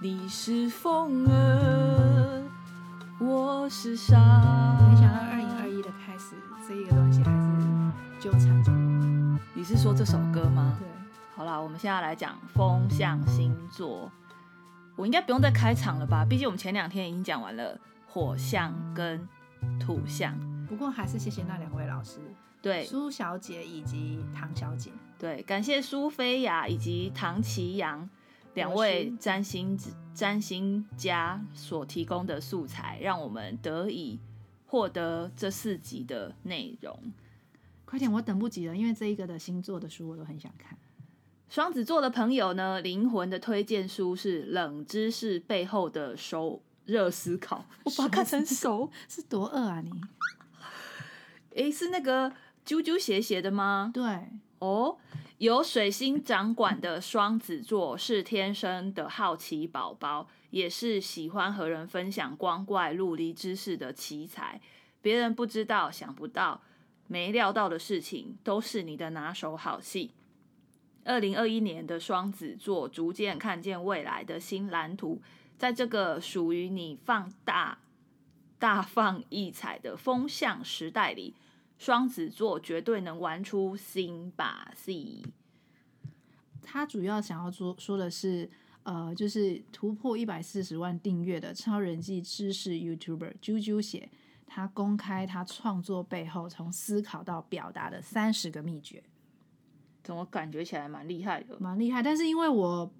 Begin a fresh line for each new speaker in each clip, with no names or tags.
你是风儿，我是沙。
没想到二零二一的开始，这一个东西还是纠缠着我。
你是说这首歌吗？
对，
好啦，我们现在来讲风象星座。我应该不用再开场了吧？毕竟我们前两天已经讲完了火象跟土象。
不过还是谢谢那两位老师，
对
苏小姐以及唐小姐。
对，感谢苏菲亚以及唐奇阳两位
是
占星之占星家所提供的素材，让我们得以获得这四集的内容。
快点，我等不及了，因为这一个的星座的书我都很想看。
双子座的朋友呢，灵魂的推荐书是《冷知识背后的熟热思考》，我把它看 成熟，
是多饿啊你？
诶，是那个啾啾写写的吗？
对，
哦，由水星掌管的双子座是天生的好奇宝宝，也是喜欢和人分享光怪陆离知识的奇才。别人不知道、想不到、没料到的事情，都是你的拿手好戏。二零二一年的双子座逐渐看见未来的新蓝图，在这个属于你放大、大放异彩的风向时代里，双子座绝对能玩出新把戏。
他主要想要说说的是，呃，就是突破一百四十万订阅的超人气知识 YouTuber 啾啾写，他公开他创作背后从思考到表达的三十个秘诀，
怎么感觉起来蛮厉害的？
蛮厉害。但是因为我，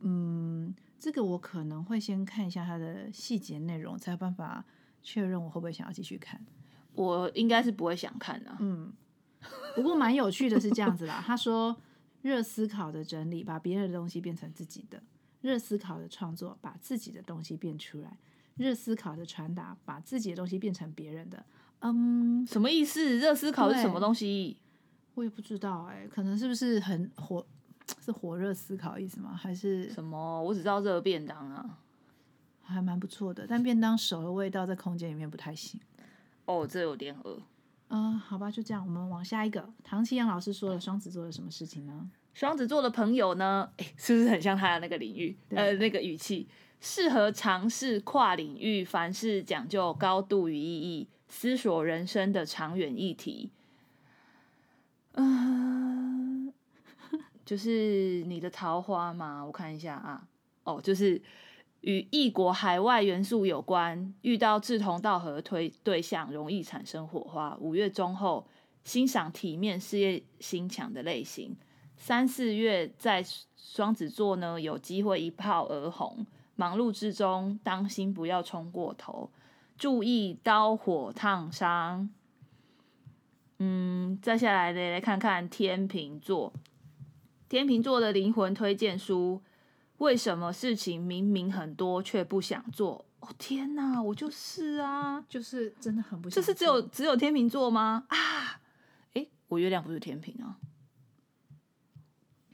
嗯，这个我可能会先看一下他的细节内容，才有办法确认我会不会想要继续看。
我应该是不会想看的、啊。
嗯，不过蛮有趣的是这样子啦。他说，热思考的整理，把别人的东西变成自己的；热思考的创作，把自己的东西变出来；热思考的传达，把自己的东西变成别人的。嗯，
什么意思？热思考是什么东西？
我也不知道哎、可能是不是很火，是火热思考的意思吗？还是
什么？我只知道热便当啊。
还蛮不错的，但便当熟的味道在空间里面不太行。
哦，这有点恶。
嗯、好吧，就这样，我们往下一个。唐奇阳老师说了双子座的什么事情呢？
双子座的朋友呢，诶，是不是很像他的那个领域？
对
呃，那个语气，适合尝试跨领域，凡事讲究高度与意义，思索人生的长远议题。嗯、 就是你的桃花嘛，我看一下啊，哦，就是与异国海外元素有关，遇到志同道合推对象，容易产生火花。五月中后，欣赏体面、事业心强的类型。三四月在双子座呢，有机会一炮而红。忙碌之中，当心不要冲过头，注意刀火烫伤。嗯，再下来呢，来看看天秤座。天秤座的灵魂推荐书：为什么事情明明很多却不想做？哦天哪，我就是啊！
就是真的很不，
这是只有只有天秤座吗？啊，诶，我月亮不是天秤啊。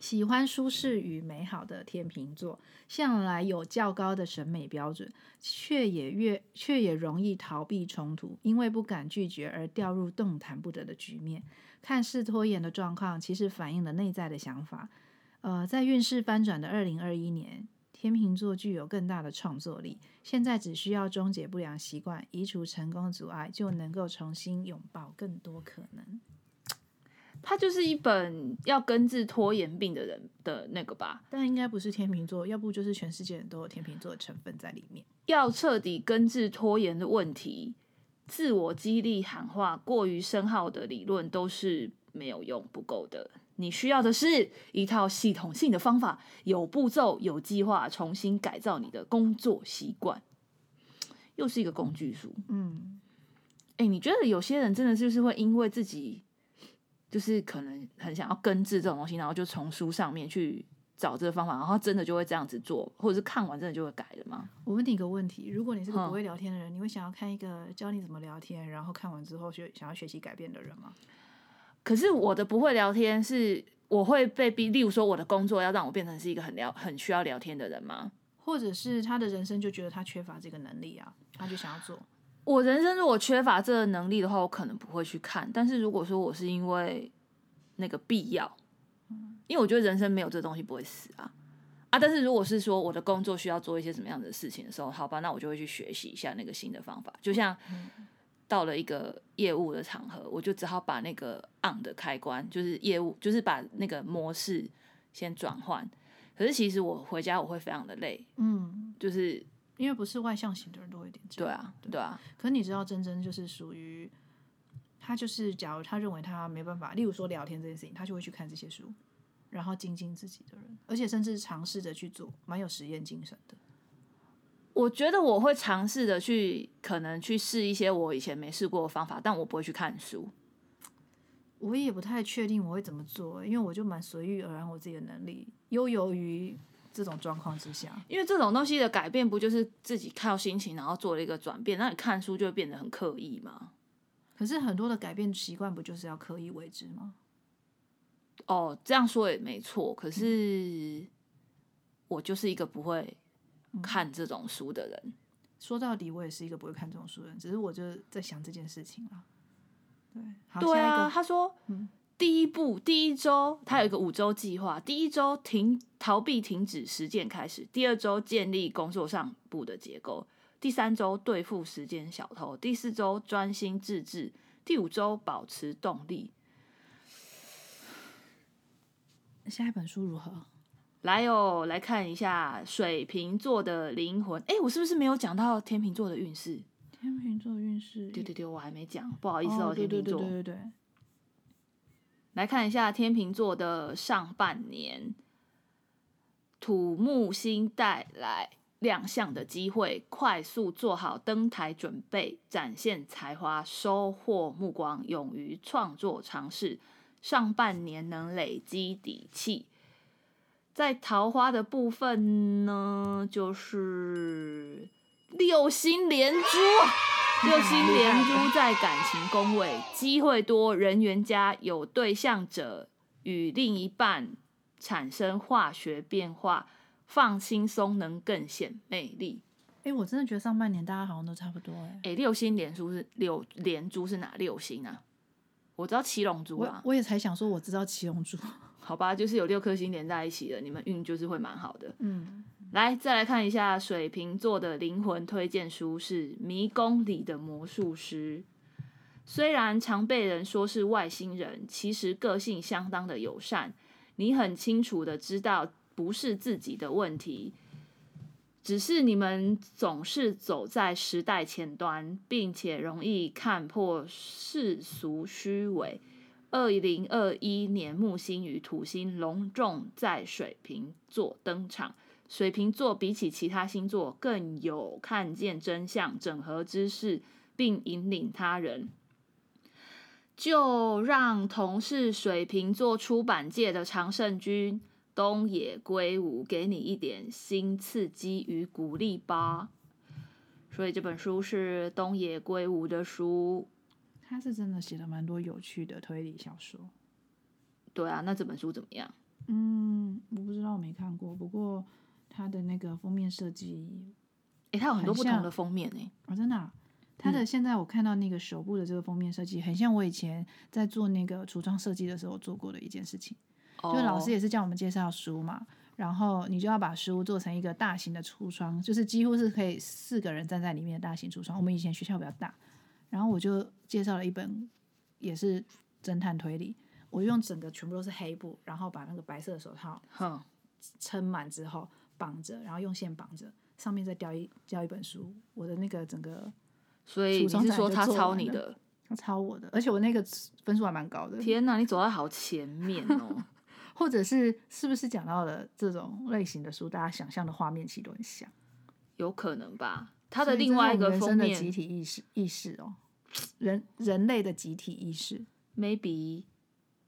喜欢舒适与美好的天秤座，向来有较高的审美标准，却也越却也容易逃避冲突，因为不敢拒绝而掉入动弹不得的局面。看似拖延的状况，其实反映了内在的想法。呃，在运势翻转的二零二一年，天秤座具有更大的创作力。现在只需要终结不良习惯，移除成功阻碍，就能够重新拥抱更多可能。
它就是一本要根治拖延病的人的那个吧。
但应该不是天秤座，要不就是全世界人都有天秤座的成分在里面。
要彻底根治拖延的问题，自我激励喊话过于深奥的理论都是没有用、不够的。你需要的是一套系统性的方法，有步骤、有计划，重新改造你的工作习惯。又是一个工具书。
嗯，
哎、你觉得有些人真的就是会因为自己就是可能很想要根治这种东西，然后就从书上面去找这个方法，然后真的就会这样子做，或者是看完真的就会改了吗？
我问你一个问题：如果你是个
嗯
不会聊天的人，你会想要看一个教你怎么聊天，然后看完之后学想要学习改变的人吗？
可是我的不会聊天是我会被逼，例如说我的工作要让我变成是一个很聊很需要聊天的人吗？
或者是他的人生就觉得他缺乏这个能力啊，他就想要做。
我人生如果缺乏这个能力的话，我可能不会去看。但是如果说我是因为那个必要，因为我觉得人生没有这东西不会死啊啊，但是如果是说我的工作需要做一些什么样的事情的时候，好吧，那我就会去学习一下那个新的方法。就像到了一个业务的场合，我就只好把那个 on 的开关，就是业务，就是把那个模式先转换。可是其实我回家我会非常的累，
嗯，
就是
因为不是外向型的人都会有点这
对
样。
啊，对啊，
可你知道，真真就是属于他，就是假如他认为他没办法，例如说聊天这件事情，他就会去看这些书，然后精进自己的人，而且甚至尝试着去做，蛮有实验精神的。
我觉得我会尝试的去，可能去试一些我以前没试过的方法，但我不会去看书。
我也不太确定我会怎么做，因为我就蛮随遇而安，我自己的能力悠游于这种状况之下。
因为这种东西的改变，不就是自己靠心情，然后做了一个转变？那你看书就会变得很刻意吗？
可是很多的改变习惯，不就是要刻意为之吗？
哦，这样说也没错。可是我就是一个不会看这种书的人。
说到底，我也是一个不会看这种书的人，只是我就在想这件事情啦。对，好，
对
下一
啊，
个嗯
他说，第一步，第一周，他有一个五周计划，第一周停逃避停止实践开始，第二周建立工作上部的结构，第三周对付时间小偷，第四周专心致志，第五周保持动力。
下一本书如何？
来哦，来看一下水瓶座的灵魂。哎，我是不是没有讲到天秤座的运势？
天秤座运势，
对对对，我还没讲，不好意思
哦，对
天
对
秤
对
座。
对对对，
来看一下天秤座的上半年，土木星带来亮相的机会，快速做好登台准备，展现才华，收获目光，勇于创作尝试。上半年能累积底气。在桃花的部分呢，就是六星连珠啊，六星连珠在感情宫位，机会多，人缘佳，有对象者与另一半产生化学变化，放轻松能更显魅力。
哎，我真的觉得上半年大家好像都差不多哎。
诶，六星连珠是六连珠是哪六星啊？我知道七龙珠
我
啊，
我也才想说，我知道七龙珠，
好吧，就是有六颗星连在一起的，你们运就是会蛮好的。
嗯，
来，再来看一下水瓶座的灵魂推荐书是《迷宫里的魔术师》。虽然常被人说是外星人，其实个性相当的友善。你很清楚的知道不是自己的问题，只是你们总是走在时代前端，并且容易看破世俗虚伪。二零二一年木星与土星隆重在水瓶座登场。水瓶座比起其他星座更有看见真相、整合知识，并引领他人。就让同是水瓶座出版界的常胜军东野圭吾给你一点新刺激与鼓励吧。所以这本书是东野圭吾的书，
他是真的写了蛮多有趣的推理小说。
对啊，那这本书怎么样？
嗯，我不知道，我没看过。不过他的那个封面设计，
诶，它有很多
很
不
像
同的封面呢、
哦，真的啊、他的现在我看到那个手部的这个封面设计，很像我以前在做那个橱窗设计的时候做过的一件事情。就老师
哦
也是叫我们介绍书嘛，然后你就要把书做成一个大型的橱窗，就是几乎是可以四个人站在里面的大型橱窗。我们以前学校比较大，然后我就介绍了一本也是侦探推理，我就用整个全部都是黑布，然后把那个白色的手套
哼，
撑满之后绑着，然后用线绑着，上面再吊一吊一本书。我的那个整个
所以
橱窗
你是
展
说
就
他
做
抄
完
你
了
的？
他抄我的，而且我那个分数还蛮高的。
天哪，你走在好前面哦！
或者是是不是讲到了这种类型的书，大家想象的画面其实都很像。
有可能吧。它的
所以
另
这是
外一
我们
个
人
封
生的集
面
体意识意识哦，人人类的集体意识，
，maybe，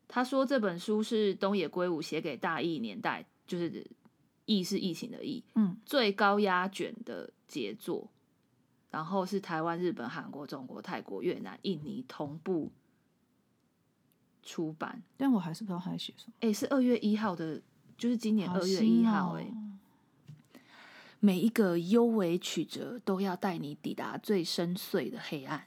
他说这本书是东野圭吾写给大疫年代，就是疫是疫情的疫，
嗯，
最高压卷的杰作。然后是台湾、日本、韩国、中国、泰国、越南、印尼同步出版。
但我还是不知道他在写什么。
诶，是二月一号的，就是今年
好
二月
新
一号、
哦
诶。每一个幽微曲折都要带你抵达最深邃的黑暗，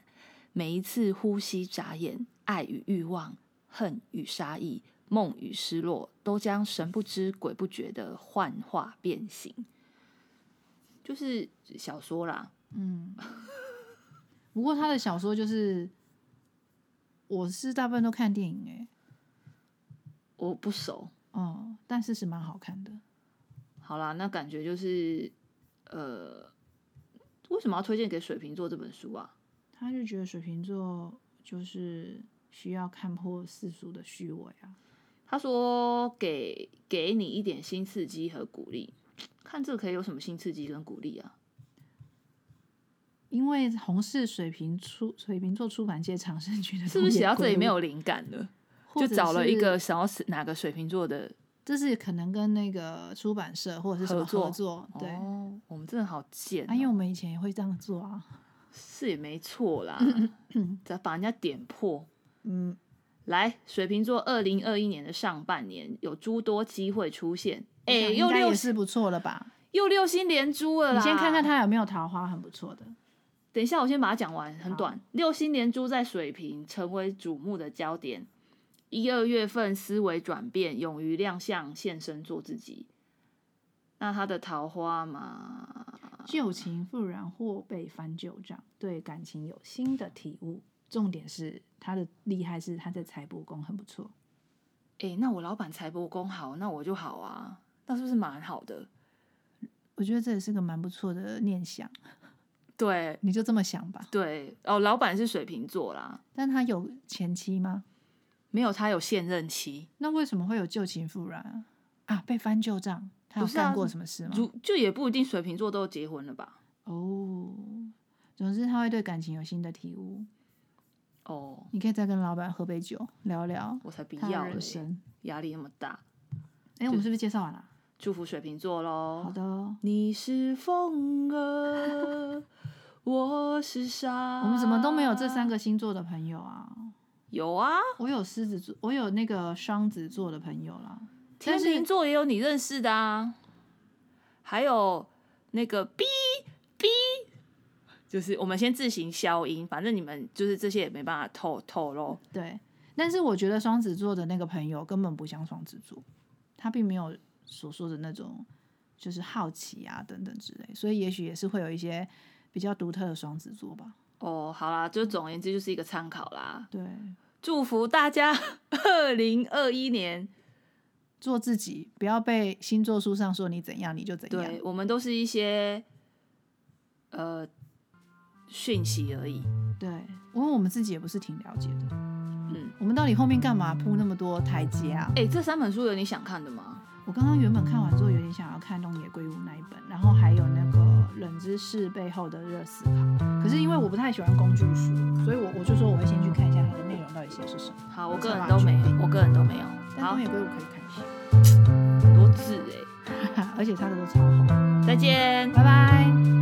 每一次呼吸眨眼，爱与欲望，恨与杀意，梦与失落，都将神不知鬼不觉的幻化变形，就是小说啦。
嗯，不过他的小说就是，我是大部分都看电影哎、
我不熟，
哦，但是是蛮好看的。
好啦，那感觉就是呃，为什么要推荐给水瓶座这本书啊？
他就觉得水瓶座就是需要看破世俗的虚伪啊，
他说给给你一点新刺激和鼓励，看这可以有什么新刺激跟鼓励啊？
因为红是水瓶出水瓶座出版界常胜军的，
是不是写到这里没？有灵感了？
或
就
者
找了一
是
个想要是哪个水瓶座的
这是可能跟那个出版社或者是什么
合作
合作，对。
哦，我们真的好贱、哦
啊，因为我们以前也会这样做啊。
是也没错 啦，再把人家点破。
嗯，
来，水瓶座二零二一年的上半年有诸多机会出现，哎、
我想
又
应该
六
也是不错了吧？
又六星连珠了啦。嗯
你先看看，他有没有桃花，很不错的。
等一下我先把它讲完，很
好
短。六星连珠在水瓶成为瞩目的焦点，一二月份思维转变，勇于亮相，现身做自己。那他的桃花嘛，
旧情复燃或被翻旧账，对感情有新的体悟。重点是他的厉害是他在财帛宫很不错，
哎、那我老板财帛宫好，那我就好啊，那是不是蛮好的？
我觉得这也是个蛮不错的念想，
对，
你就这么想吧。
对，哦，老板是水瓶座啦，
但他有前妻吗？
没有他有现任期，
那为什么会有旧情复燃啊？啊，被翻旧账，他有
不是啊
干过什么事吗？
如就也不一定水瓶座都结婚了吧？
哦，总之他会对感情有新的体悟。
哦，
你可以再跟老板喝杯酒，聊聊
我才不
他
要
的
嘞
人，生。
压力那么大，
哎，我们是不是介绍完了？
祝福水瓶座喽。
好的哦，
你是风儿，我是沙。
我们怎么都没有这
啊
三？个星座的朋友啊？
有啊，
我有狮子座，我有那个双子座的朋友啦。
天
但是
秤座也有你认识的啊，还有那个 B B，就是我们先自行消音，反正你们就是这些也没办法透透露。
对，但是我觉得双子座的那个朋友根本不像双子座，他并没有所说的那种就是好奇啊等等之类，所以也许也是会有一些比较独特的双子座吧。
哦，好啦，就总而言之就是一个参考啦。
对，
祝福大家 二零二一年，
做自己，不要被星座书上说你怎样你就怎样
对。我们都是一些呃讯息而已。
对，因为我们自己也不是挺了解的，
嗯，
我们到底后面干嘛铺那么多台阶啊？
哎、这三本书有你想看的吗？
我刚刚原本看完之后有点想要看东野圭吾那一本，然后还有那个冷知识背后的热思考。可是因为我不太喜欢工具书，所以我我就说我会先去看一下它的内容到底写是什么。
好，我个人都没有，我个人都没有。
但
好
东，野圭吾可以看一下，
很多字哎、
而且他的都超红。
再见。
拜拜。